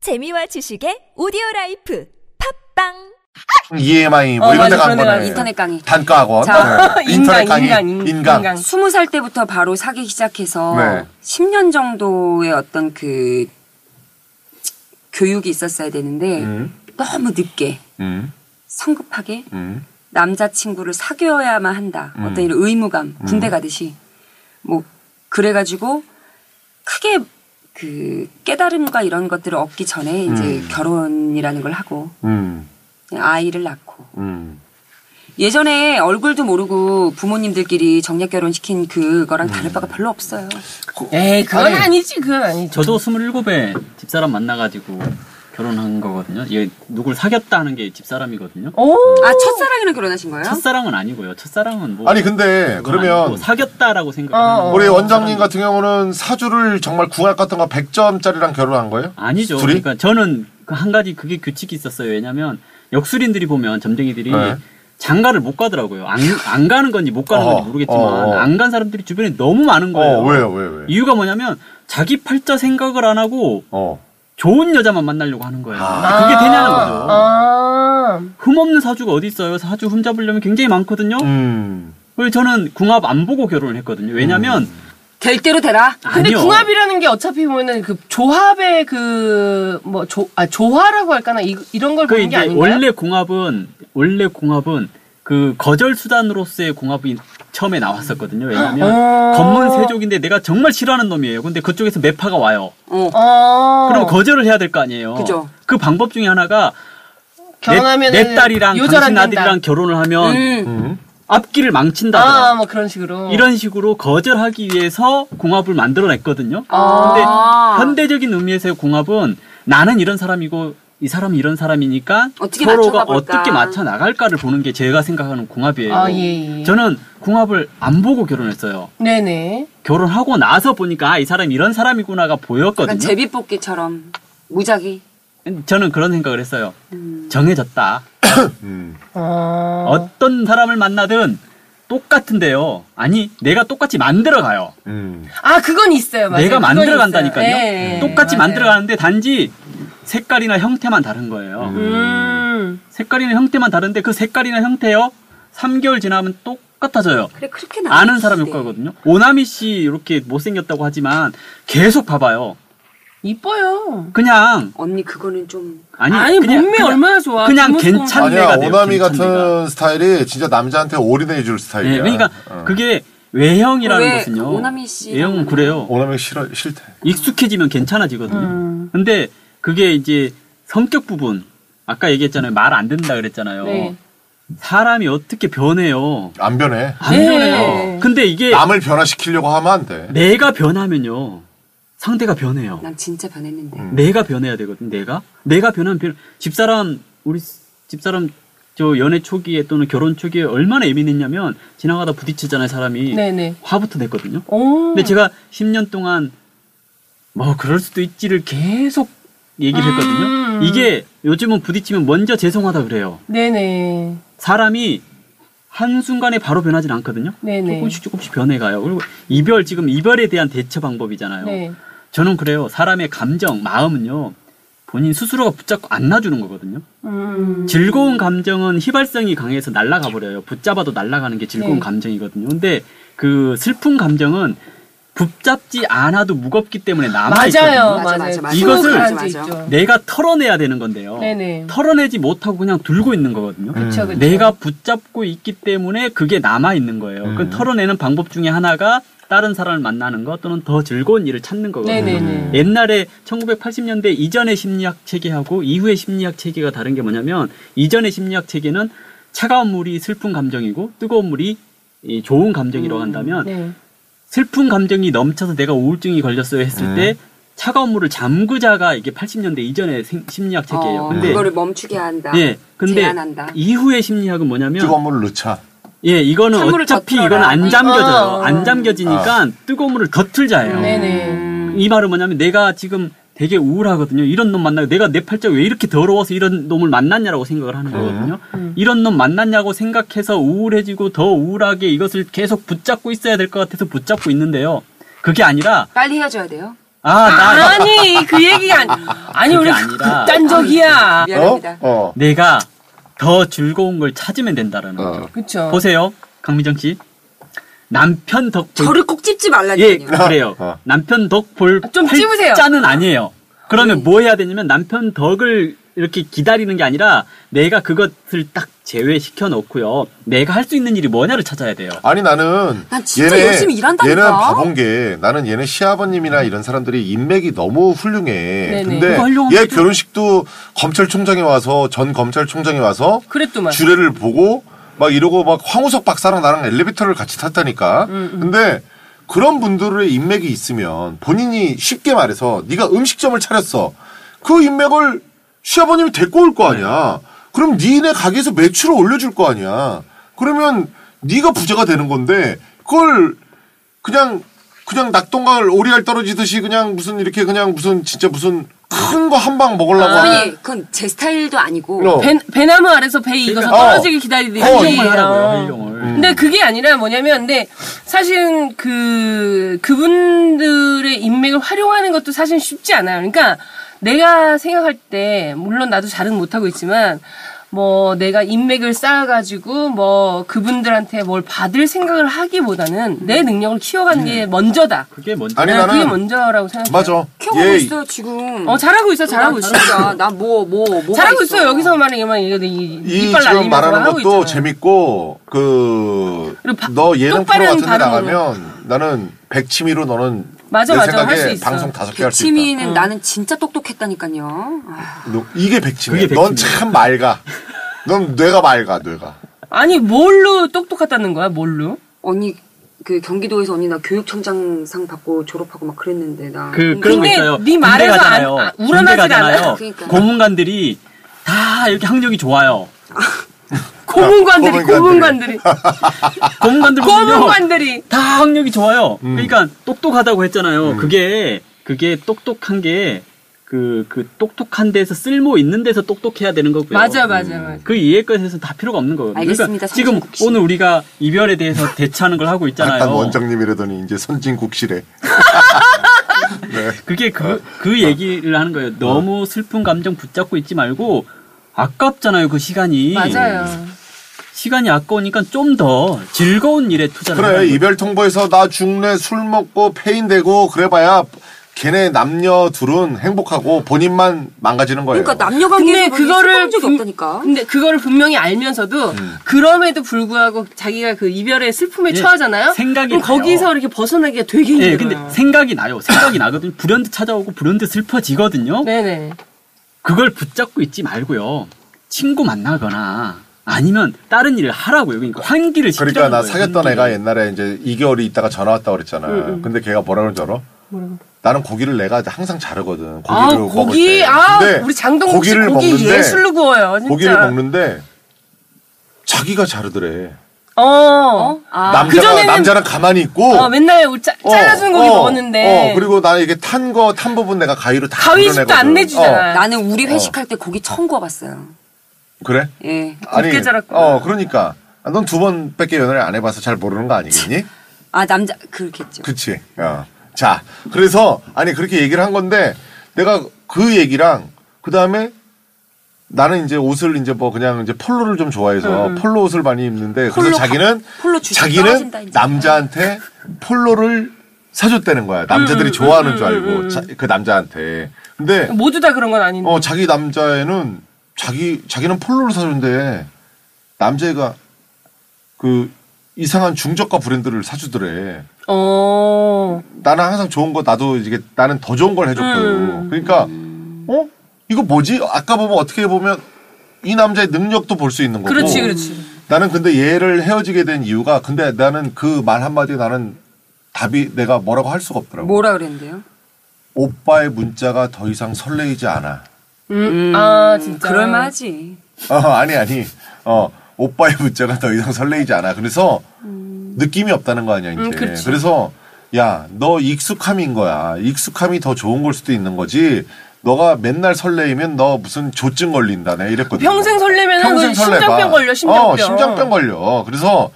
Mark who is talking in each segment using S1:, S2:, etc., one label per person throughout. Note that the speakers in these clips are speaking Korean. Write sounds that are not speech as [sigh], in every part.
S1: 재미와 지식의 오디오 라이프 팝빵
S2: EMI 뭐
S3: 어,
S2: 이런 데
S3: 맞아,
S2: 간
S3: 그런 데
S2: 거네.
S3: 가요.
S4: 인터넷 강의.
S2: 단과학원.
S4: 자,
S2: 네. 인터넷
S3: [laughs] 인강,
S2: 강의.
S3: 인강, 인-
S2: 인강.
S3: 인강.
S4: 스무 살 때부터 바로 사귀기 시작해서
S2: 네.
S4: 10년 정도의 어떤 그 교육이 있었어야 되는데
S2: 음,
S4: 너무 늦게
S2: 음,
S4: 성급하게
S2: 음.
S4: 남자친구를 사귀어야만 한다.
S2: 음.
S4: 어떤 이런 의무감, 군대 가듯이. 뭐, 그래가지고 크게 그 깨달음과 이런 것들을 얻기 전에 이제
S2: 음.
S4: 결혼이라는 걸 하고
S2: 음,
S4: 아이를 낳고
S2: 음.
S4: 예전에 얼굴도 모르고 부모님들끼리 정략 결혼 시킨 그거랑 다를 바가 별로 없어요. 아,
S3: 에이, 그건
S2: 아니.
S3: 아니. 지 그건 아니지.
S5: 저도 27에 집사람 만나가지고 결혼한 거거든요. 얘 누굴 사귀었다는 게 집사람이거든요.
S3: 오,
S4: 아, 첫사랑이랑 결혼하신 거예요?
S5: 첫사랑은 아니고요. 첫사랑은 뭐
S2: 아니 근데
S5: 그건 아니고 뭐
S2: 그러면
S5: 사귀었다라고 생각하는
S3: 어, 어.
S5: 거.
S2: 우리 원장님 같은 경우는 사주를 정말 궁합 같은 거 100점짜리랑 결혼한 거예요?
S5: 아니죠.
S2: 둘이?
S5: 그러니까 저는 그 한 가지 그게 규칙이 있었어요. 왜냐면 역술인들이 보면 점쟁이들이
S2: 네.
S5: 장가를 못 가더라고요. 안, 안 가는 건지 못 가는
S2: 어,
S5: 건지 모르겠지만
S2: 어, 어.
S5: 안 간 사람들이 주변에 너무 많은 거예요.
S2: 어, 왜요, 왜, 왜?
S5: 이유가 뭐냐면 자기 팔자 생각을 안 하고
S2: 어.
S5: 좋은 여자만 만나려고 하는 거예요.
S2: 아.
S5: 그게 되냐는 거죠.
S3: 아,
S5: 흠 없는 사주가 어디 있어요? 사주 흠 잡으려면 굉장히 많거든요.
S2: 음.
S5: 그래서 저는 궁합 안 보고 결혼을 했거든요. 왜냐면
S4: 될 대로 되라.
S3: 음. 근데
S5: 아니요.
S3: 궁합이라는 게 어차피 보면은 그 조합의 그뭐조아 조화라고 할까나 이, 이런 걸
S5: 그
S3: 보는 게
S5: 이제
S3: 아닌가요?
S5: 원래 궁합은 원래 궁합은 그 거절 수단으로서의 궁합이 처음에 나왔었거든요. 왜냐면
S3: 어.
S5: 검문 세족인데 내가 정말 싫어하는 놈이에요. 근데 그쪽에서 매파가 와요.
S4: 어.
S3: 어.
S5: 그럼 거절을 해야 될 거 아니에요.
S4: 그죠.
S5: 그 방법 중에 하나가 내,
S3: 결혼하면
S5: 내 딸이랑 당신 아들이랑 결혼을 하면
S4: 음.
S2: 음.
S5: 앞길을 망친다더라.
S3: 아뭐 그런 식으로
S4: 어.
S5: 이런 식으로 거절하기 위해서 궁합을 만들어냈거든요. 근데
S4: 아.
S5: 현대적인 의미에서의 궁합은 나는 이런 사람이고 이 사람은 이런 사람이니까
S4: 어떻게
S5: 서로가
S4: 맞춰가볼까.
S5: 어떻게 맞춰 나갈까를 보는 게 제가 생각하는 궁합이에요.
S3: 아, 예, 예.
S5: 저는 궁합을 안 보고 결혼했어요.
S3: 네네
S5: 결혼하고 나서 보니까 아, 이 사람이 이런 사람이구나가 보였거든요.
S4: 약간 제비뽑기처럼 무작위.
S5: 저는 그런 생각을 했어요. 정해졌다.
S2: 음.
S3: 아.
S5: 어떤 사람을 만나든 똑같은데요. 아니, 내가 똑같이 만들어가요.
S2: 음.
S3: 아 그건 있어요 맞아요
S5: 내가
S3: 그건
S5: 만들어
S3: 있어요.
S5: 간다니까요. 음.
S3: 예, 예,
S5: 똑같이
S3: 맞아요.
S5: 만들어 가는데 단지 색깔이나 형태만 다른 거예요.
S3: 음.
S5: 색깔이나 형태만 다른데 그 색깔이나 형태요. 3개월 지나면 똑같아져요.
S4: 그래, 그렇게 나
S5: 아는 사람
S3: 네.
S5: 효과거든요. 오나미 씨 이렇게 못생겼다고 하지만 계속 봐봐요.
S3: 이뻐요
S5: 그냥
S4: 언니, 그거는 좀.
S5: 아니,
S3: 아니,
S5: 그냥,
S3: 몸매
S5: 그냥-
S3: 얼마나 좋아.
S5: 그냥
S3: 뒷모습
S5: 괜찮은
S2: 아니야
S5: 애가 돼요. 그
S2: 오나미 같은
S5: 괜찮은 애가.
S2: 스타일이 진짜 남자한테 올인해 줄 스타일이야.
S5: 네, 그러니까
S2: 어.
S5: 그게 외형이라는
S4: 왜
S5: 것은요.
S4: 오나미 씨랑
S5: 외형은 그래요.
S2: 오나미 싫어 싫대.
S5: 익숙해지면 괜찮아지거든요.
S3: 음.
S5: 근데 그게 이제 성격 부분 아까 얘기했잖아요. 말 안 듣는다 그랬잖아요.
S3: 네.
S5: 사람이 어떻게 변해요?
S2: 안 변해.
S5: 안
S3: 네.
S5: 변해요. 근데 이게
S2: 남을 변화시키려고 하면 안 돼.
S5: 내가 변하면요. 상대가 변해요.
S4: 난 진짜 변했는데.
S2: 음.
S5: 내가 변해야 되거든. 내가 내가 변하면 변. 집사람 우리 집사람 저 연애 초기에 또는 결혼 초기에 얼마나 예민했냐면 지나가다 부딪히잖아요. 사람이
S3: 네네
S5: 화부터 냈거든요.
S3: 오
S5: 음. 근데 제가 10년 동안 뭐 그럴 수도 있지를 계속 얘기를
S3: 음.
S5: 했거든요. 이게 요즘은 부딪히면 먼저 죄송하다 그래요.
S3: 네네
S5: 사람이 한순간에 바로 변하진 않거든요.
S3: 네네.
S5: 조금씩 조금씩 변해가요. 그리고 이별, 지금 이별에 대한 대처 방법이잖아요.
S3: 네
S5: 저는 그래요. 사람의 감정, 마음은요. 본인 스스로가 붙잡고 안 놔주는 거거든요.
S3: 음.
S5: 즐거운 감정은 휘발성이 강해서 날아가 버려요. 붙잡아도 날아가는 게 즐거운
S3: 네.
S5: 감정이거든요. 근데 그 슬픈 감정은 붙잡지 않아도 무겁기 때문에 남아
S3: 맞아요
S5: 있거든요.
S3: 맞아요
S4: 맞아, 맞아, 맞아.
S5: 이것을-
S3: 가라앉아
S4: 맞아.
S3: 있죠.
S5: 내가 털어내야 되는 건데요.
S3: 네네 그렇죠.
S5: 털어내지 못하고 그냥 들고 있는 거거든요.
S3: 그쵸 그쵸
S5: 내가 붙잡고 있기 때문에 그게 남아 있는 거예요.
S2: 음.
S5: 그 털어내는 방법 중에 하나가 다른 사람을 만나는 것 또는 더 즐거운 일을 찾는 거거든요.
S3: 음. 네네네.
S5: 음. 옛날에 1980년대 이전의 심리학 체계하고 이후의 심리학 체계가 다른 게 뭐냐면 이전의 심리학 체계는 차가운 물이 슬픈 감정이고 뜨거운 물이 이 좋은
S4: 음,
S5: 감정이라고 한다면
S3: 네.
S5: 슬픈 감정이 넘쳐서 내가 우울증이 걸렸어요 했을
S2: 음.
S5: 때 차가운 물을 잠그자가 이게 80년대 이전의 생- 심리학 체계예요.
S4: 어,
S5: 근데
S4: 그거를 멈추게 한다.
S5: 예, 근데
S4: 제한한다.
S5: 이후의 심리학은 뭐냐면
S2: 뜨거운 물을 넣자.
S5: 예, 이거는
S4: 찬물을
S5: 어차피
S4: 더 틀어라.
S5: 이거는 안 잠겨져요.
S3: 어.
S5: 안 잠겨지니까 뜨거운 물을 더 틀자예요.
S3: 네네 음.
S5: 이 말은 뭐냐면 내가 지금 되게 우울하거든요. 이런 놈 만나고 내가 내 팔자 왜 이렇게 더러워서 이런 놈을 만났냐라고 생각을 하는 거거든요. 이런 놈 만났냐고 생각해서 우울해지고 더 우울하게 이것을 계속 붙잡고 있어야 될 것 같아서 붙잡고 있는데요. 그게 아니라
S4: 빨리 헤어져야 돼요.
S5: 아, 나
S3: 아니 그 얘기가 아니, 아니 우리
S5: 그게 아니라.
S3: 극단적이야.
S4: 미안합니다.
S2: 어? 어.
S5: 내가 더 즐거운 걸 찾으면 된다라는 거죠.
S3: 그렇죠.
S5: 보세요, 강미정 씨. 남편 덕분
S4: 저를 꼭 찝지
S5: 예,
S4: 말라니까요.
S5: 그래요.
S2: 어.
S5: 남편 덕볼
S3: 아, 좀 찝으세요. 음.
S5: 팔자는 아니에요. 그러면 뭐 해야 되냐면 남편 덕을 이렇게 기다리는 게 아니라 내가 그것을 딱 제외시켜 놓고요. 내가 할 수 있는 일이 뭐냐를 찾아야 돼요.
S2: 아니 나는
S4: 난 진짜 열심히 일한다니까.
S2: 얘는 바본 게 나는 얘네 시아버님이나 이런 사람들이 인맥이 너무 훌륭해. 근데
S5: 그거 훌륭한
S2: 얘
S5: 거죠.
S2: 결혼식도 검찰총장이 와서 전 검찰총장이 와서
S3: 그랬더만.
S2: 주례를 보고 막 이러고 막 황우석 박사랑 나랑 엘리베이터를 같이 탔다니까.
S4: 음,
S2: 근데 그런 분들의 인맥이 있으면 본인이 쉽게 말해서 네가 음식점을 차렸어. 그 인맥을 시아버님이 데리고 올 거 아니야. 그럼 니네 가게에서 매출을 올려줄 거 아니야. 그러면 네가 부자가 되는 건데 그걸 그냥 그냥 낙동강을 오리알 떨어지듯이 그냥 무슨 이렇게 그냥 무슨 진짜 무슨 큰 거 한 방 먹으려고
S4: 아니,
S2: 하는
S4: 그건 제 스타일도 아니고.
S2: 어.
S3: 배, 배나무 아래서 배 익어서
S2: 그러니까,
S3: 떨어지길 기다리듯이.
S2: 어,
S5: 활용을 하라고요, 활용을.
S2: 음.
S3: 근데 그게 아니라 뭐냐면, 근데 사실 그, 그분들의 인맥을 활용하는 것도 사실 쉽지 않아요. 그러니까 내가 생각할 때, 물론 나도 잘은 못하고 있지만, 뭐 내가 인맥을 쌓아가지고 뭐 그분들한테 뭘 받을 생각을 하기보다는 내 능력을 키워가는 게 먼저다.
S5: 그게 뭔지.
S2: 아니,
S3: 네,
S2: 나는-
S3: 그게 먼저라고 생각해요.
S2: 네. 맞아. 예,
S4: 켜고
S5: 예.
S2: 얘
S4: 있어, 지금.
S3: 어 잘하고 있어, 잘하고 있어.
S4: 나뭐 뭐 뭐.
S3: 잘하고 있어. 여기서 말하는 게만 이거 이
S2: 이
S3: 이빨
S2: 지금
S3: 날리면서
S2: 말하는
S3: 하고
S2: 것도
S3: 있잖아요.
S2: 재밌고 그
S3: 그리고 바-
S2: 너 예능 프로
S3: 똑바른
S2: 같은 데
S3: 발음으로.
S2: 나가면 나는 백치미로 너는
S3: 맞아,
S2: 내
S3: 맞아.
S2: 생각에
S3: 할수 있어.
S2: 방송 다섯 개 할 수 있다.
S4: 백치미는 나는 진짜 똑똑했다니까요. 아,
S2: 너- 이게 백치미야.
S5: 그게
S2: 넌
S5: 백치미야.
S2: 참 맑아. 넌 뇌가 맑아 뇌가.
S3: 아니 뭘로 똑똑하다는 거야? 뭘로?
S4: 언니 그 경기도에서 언니 나 교육청장상 받고 졸업하고 막 그랬는데 나.
S5: 그,
S4: 공부-
S5: 그런 거
S3: 근데
S5: 있어요.
S3: 네 말에서
S5: 군대
S3: 안-
S5: 가잖아요.
S3: 아,
S5: 군대
S3: 우러나질
S5: 가잖아요.
S3: 않아요.
S4: 그러니까.
S5: 고문관들이 다 이렇게 학력이 좋아요.
S3: 고문관들이
S2: 고문관들이.
S3: 고문관들이
S5: 고문관들 보면요.
S3: 아, 고문관들이
S5: 다 학력이 좋아요.
S2: 음.
S5: 그러니까 똑똑하다고 했잖아요. 그게 그게 똑똑한 게 그 그 똑똑한 데서 쓸모 있는 데서 똑똑해야 되는 거고요.
S3: 맞아 맞아 맞아.
S5: 그 이해 것에서 다 필요가 없는 거거든요.
S4: 알겠습니다,
S5: 그러니까 지금
S4: 선진국 씨.
S5: 오늘 우리가 이별에 대해서
S2: [laughs]
S5: 대처하는 걸 하고 있잖아요.
S2: 아까 원장님이라더니 이제 선진국시래. 네.
S5: 그게 그,
S2: 아.
S5: 그 얘기를 하는 거예요. 너무 슬픈 감정 붙잡고 있지 말고 아깝잖아요. 그 시간이.
S3: 맞아요.
S5: 시간이 아까우니까 좀 더 즐거운 일에 투자를
S2: 그래
S5: 하는 거예요.
S2: 이별 통보에서 나 죽네 술 먹고 폐인되고 그래봐야 걔네 남녀 둘은 행복하고 본인만 망가지는 거예요.
S4: 그러니까 남녀
S3: 근데
S4: 관계에서
S3: 그거를
S4: 그거를 적이
S3: 분-
S4: 없다니까.
S3: 근데 그거를 분명히 알면서도 그럼에도 불구하고 자기가 그 이별의 슬픔에
S5: 예,
S3: 처하잖아요.
S5: 생각이
S3: 그럼
S5: 나요.
S3: 거기서 이렇게 벗어나기가 되게 힘들어요.
S5: 예, 근데 생각이 나요. 생각이 나거든요. 불현듯 찾아오고 불현듯 슬퍼지거든요.
S3: 네네.
S5: 그걸 붙잡고 있지 말고요. 친구 만나거나 아니면 다른 일을 하라고요. 그러니까 환기를 시키라는
S2: 그러니까 나
S5: 거예요,
S2: 사귀었던
S5: 환기를.
S2: 애가 옛날에 이제 2개월이 있다가 전화 왔다 그랬잖아.
S3: 음,
S2: 근데 걔가 뭐라 그러는 줄 알아? 나는 고기를 내가 항상 자르거든. 고기를
S3: 아
S2: 먹을
S3: 고기
S2: 때.
S3: 아
S2: 근데
S3: 우리 장동국 씨 고기 예술로 구워요. 진짜.
S2: 고기를 먹는데 자기가 자르더래.
S3: 어.
S4: 아.
S2: 남자가
S3: 그전에는-
S2: 남자는 가만히 있고
S3: 어, 맨날 우리 짜, 잘라준 고기
S2: 어,
S3: 먹었는데.
S2: 어, 그리고 나 이게 탄 거 탄 부분 내가 가위로 다
S3: 가위집도
S2: 걷어내거든.
S3: 안 내주잖아.
S4: 나는 우리 회식할 때 고기 처음 구워봤어요.
S2: 어, 그래?
S4: 예.
S2: 아니,
S3: 자랐구나.
S2: 어, 그러니까 넌 두 번밖에 연애를 안 해봐서 잘 모르는 거 아니겠니?
S4: 아 남자 그렇겠죠.
S2: 그치. 어. 자, 그래서, 아니, 그렇게 얘기를 한 건데, 내가 그 얘기랑, 그 다음에, 나는 이제 옷을 이제 뭐 그냥 이제 폴로를 좀 좋아해서 폴로 옷을 많이 입는데, 그래서
S4: 음, 폴로
S2: 자기는,
S4: 가- 폴로 주식
S2: 자기는
S4: 떨어진다, 이제.
S2: 남자한테 폴로를 사줬다는 거야.
S4: 음,
S2: 남자들이 좋아하는 줄 알고, 자- 그 남자한테. 근데,
S3: 모두 다 그런 건 아닌데.
S2: 어, 자기 남자애는 자기 자기는 폴로를 사준데 남자애가 그 이상한 중저가 브랜드를 사주더래.
S3: 어.
S2: 나는 항상 좋은 거 나도 이게 나는 더 좋은 걸 해줬거든.
S3: 음.
S2: 그러니까 어 이거 뭐지? 아까 보면 어떻게 보면 이 남자의 능력도 볼 수 있는 거고.
S3: 그렇지, 그렇지.
S2: 나는 근데 얘를 헤어지게 된 이유가 근데 나는 그 말 한마디에 나는 답이 내가 뭐라고 할 수가 없더라고.
S4: 뭐라 그랬는데요?
S2: 오빠의 문자가 더 이상 설레이지 않아.
S3: 음, 아, 진짜.
S4: 그럴만하지.
S2: 어, 아니 아니. 어, 오빠의 문자가 더 이상 설레이지 않아. 그래서 느낌이 없다는 거 아니야, 이제.
S3: 음, 그렇지.
S2: 그래서 야, 너 익숙함인 거야. 익숙함이 더 좋은 걸 수도 있는 거지. 너가 맨날 설레이면 너 무슨 조증 걸린다. 내가 이랬거든.
S3: 평생 설레면은 그 심장병 걸려, 심장병.
S2: 어, 심장병 걸려. 그래서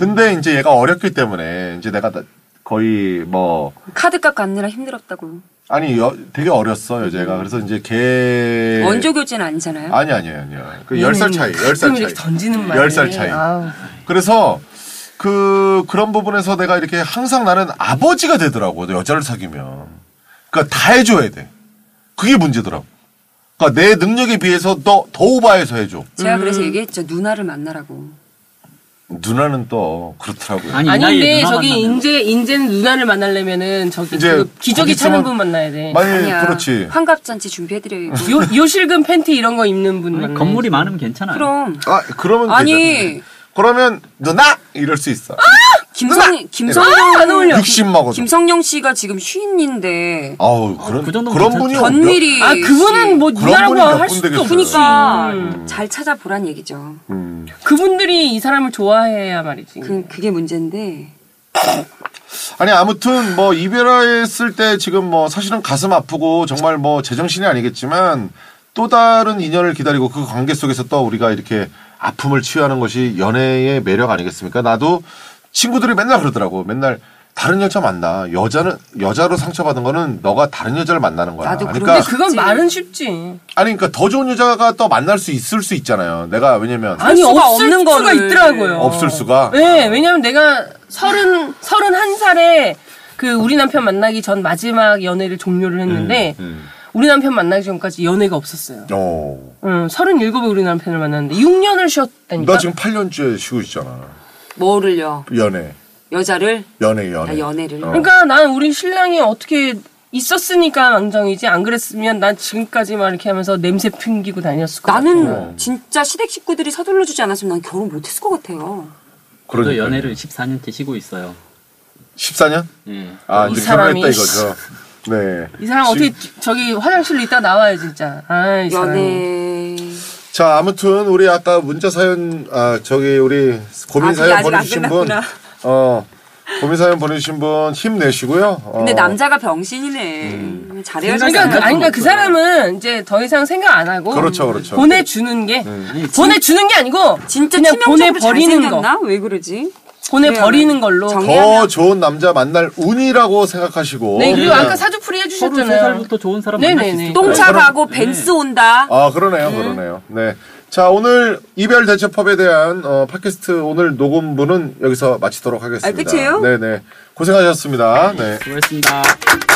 S2: 근데 이제 얘가 어렸기 때문에 이제 내가 나- 거의 뭐
S4: 카드값 갚느라 힘들었다고.
S2: 아니 여, 되게 어렸어 여자가 그래서 이제 걔
S4: 원조 교제는 아니잖아요.
S2: 예. 아니 아니 아니야 그 10살 차이 10살
S3: 음, 지금
S2: 차이
S3: 이렇게 던지는 말.
S2: 10살 차이 그래서 그 그런 부분에서 내가 이렇게 항상 나는 아버지가 되더라고 여자를 사귀면 그러니까 다 해줘야 돼 그게 문제더라고 그러니까 내 능력에 비해서 더 더 오바해서 해줘
S4: 제가 그래서
S3: 음.
S4: 얘기했죠. 누나를 만나라고.
S2: 누나는 또 그렇더라고요
S5: 아니, 이 나이에
S3: 아닌데
S5: 누나
S3: 저기
S5: 만나면.
S3: 인제 인제는 누나를 만나려면은 저기
S2: 이제
S3: 그 기저귀
S2: 거기
S3: 차는
S2: 있으면-
S3: 분 만나야 돼.
S2: 많이
S4: 아니야.
S2: 예, 그렇지
S4: 환갑잔치 준비해드려요. 이거.
S3: 요 요실금 팬티 이런 거 입는 분 만나.
S5: 그러니까 건물이 많으면 괜찮아요.
S4: 그럼
S2: 아 그러면
S4: 아니
S2: 그러면 누나 이럴 수 있어
S4: 김성
S3: 아, 안
S4: 김성령
S3: 어울려.
S2: 육십 먹어도.
S4: 김성령 씨가 지금 쉰인데
S2: 아우 그런
S5: 그 정도면
S2: 그런
S5: 괜찮죠.
S2: 분이
S4: 전일이
S3: 아 그분은 뭐
S2: 그런
S3: 누나라고
S2: 분이 몇
S3: 할
S2: 분
S3: 수도 음.
S2: 되겠어요.
S3: 없지.
S4: 그러니까 잘 찾아보란 얘기죠.
S2: 음.
S3: 그분들이 이 사람을 좋아해야 말이지.
S4: 그 그게 문제인데
S2: 아니 아무튼 뭐 이별했을 때 지금 뭐 사실은 가슴 아프고 정말 뭐 제정신이 아니겠지만 또 다른 인연을 기다리고 그 관계 속에서 또 우리가 이렇게 아픔을 치유하는 것이 연애의 매력 아니겠습니까? 나도 친구들이 맨날 그러더라고. 맨날 다른 여자 만나. 여자는 여자로 상처받은 거는 너가 다른 여자를 만나는 거야.
S4: 나도 그러고
S2: 그러니까
S3: 근데 그건
S4: 쉽지.
S3: 말은 쉽지.
S2: 아니 그러니까 더 좋은 여자가 또 만날 수 있을 수 있잖아요. 내가 왜냐면
S3: 아니
S4: 수가
S3: 없을
S4: 없는
S3: 수가
S4: 거를.
S3: 있더라고요.
S2: 없을 수가?
S3: 네, 왜냐면 내가 서른 서른 한 살에 그 우리 남편 만나기 전 마지막 연애를 종료를 했는데
S2: 음.
S3: 우리 남편 만나기 전까지 연애가 없었어요.
S2: 어.
S3: 응, 37에 우리 남편을 만났는데 6년을 쉬었다니까.
S2: 나 지금 8년째 쉬고 있잖아.
S4: 뭐를요?
S2: 연애.
S4: 여자를
S2: 연애 연애.
S4: 아, 연애를.
S2: 어.
S3: 그러니까 난 우리 신랑이 어떻게 있었으니까 망정이지 안 그랬으면 난 지금까지 막 이렇게 하면서 냄새 풍기고 다녔을 것 같아.
S4: 나는 진짜 시댁 식구들이 서둘러 주지 않았으면 난 결혼 못했을 것 같아요.
S5: 저도
S2: 그러니까요.
S5: 연애를 14년째 쉬고 있어요.
S2: 14년?
S5: 예.
S2: 아,
S3: 이
S2: 이제
S3: 사람이-
S2: 결혼했다 이거죠. 네.
S3: 이 사람 어떻게 저기 화장실로 이따 나와요 진짜. 아이 사람.
S4: 연애
S2: 자, 아무튼 우리 아까 문자 사연 아, 저기 우리 고민
S4: 아직-
S2: 사연
S4: 아직 안
S2: 보내주신 분
S4: 끝났구나.
S2: 어. 고민 사연 보내주신 분 힘내시고요. 어,
S4: 근데 남자가 병신이네. 잘해야 지
S3: 그러니까 그, 아니 그러니까 그 사람은 이제 더 이상 생각 안 하고
S2: 네. 그렇죠, 그렇죠. 네,
S3: 보내주는 게
S5: 아니,
S3: 보내주는 게 아니고
S4: 진짜
S3: 그냥
S4: 치명적으로
S3: 보내버리는 거 네,
S4: 잘생겼나? 왜 그러지?
S3: 보내버리는
S4: 그래요.
S3: 걸로
S4: 정-
S2: 더 좋은 남자 만날 운이라고 생각하시고.
S3: 네 그리고
S2: 그냥-
S3: 아까 사주풀이 해주셨잖아요
S5: 33살부터 좋은 사람
S3: 네네네.
S5: 만날 수 있어요.
S4: 똥차
S3: 네.
S4: 가고 벤스 온다.
S2: 아, 그러네요, 그러네요. 네. 자, 오늘 이별 대처법에 대한 어, 팟캐스트 오늘 녹음분은 여기서 마치도록 하겠습니다. 네.
S4: 아, 끝이에요?
S2: 네네. 고생하셨습니다. 네.
S5: 수고했습니다.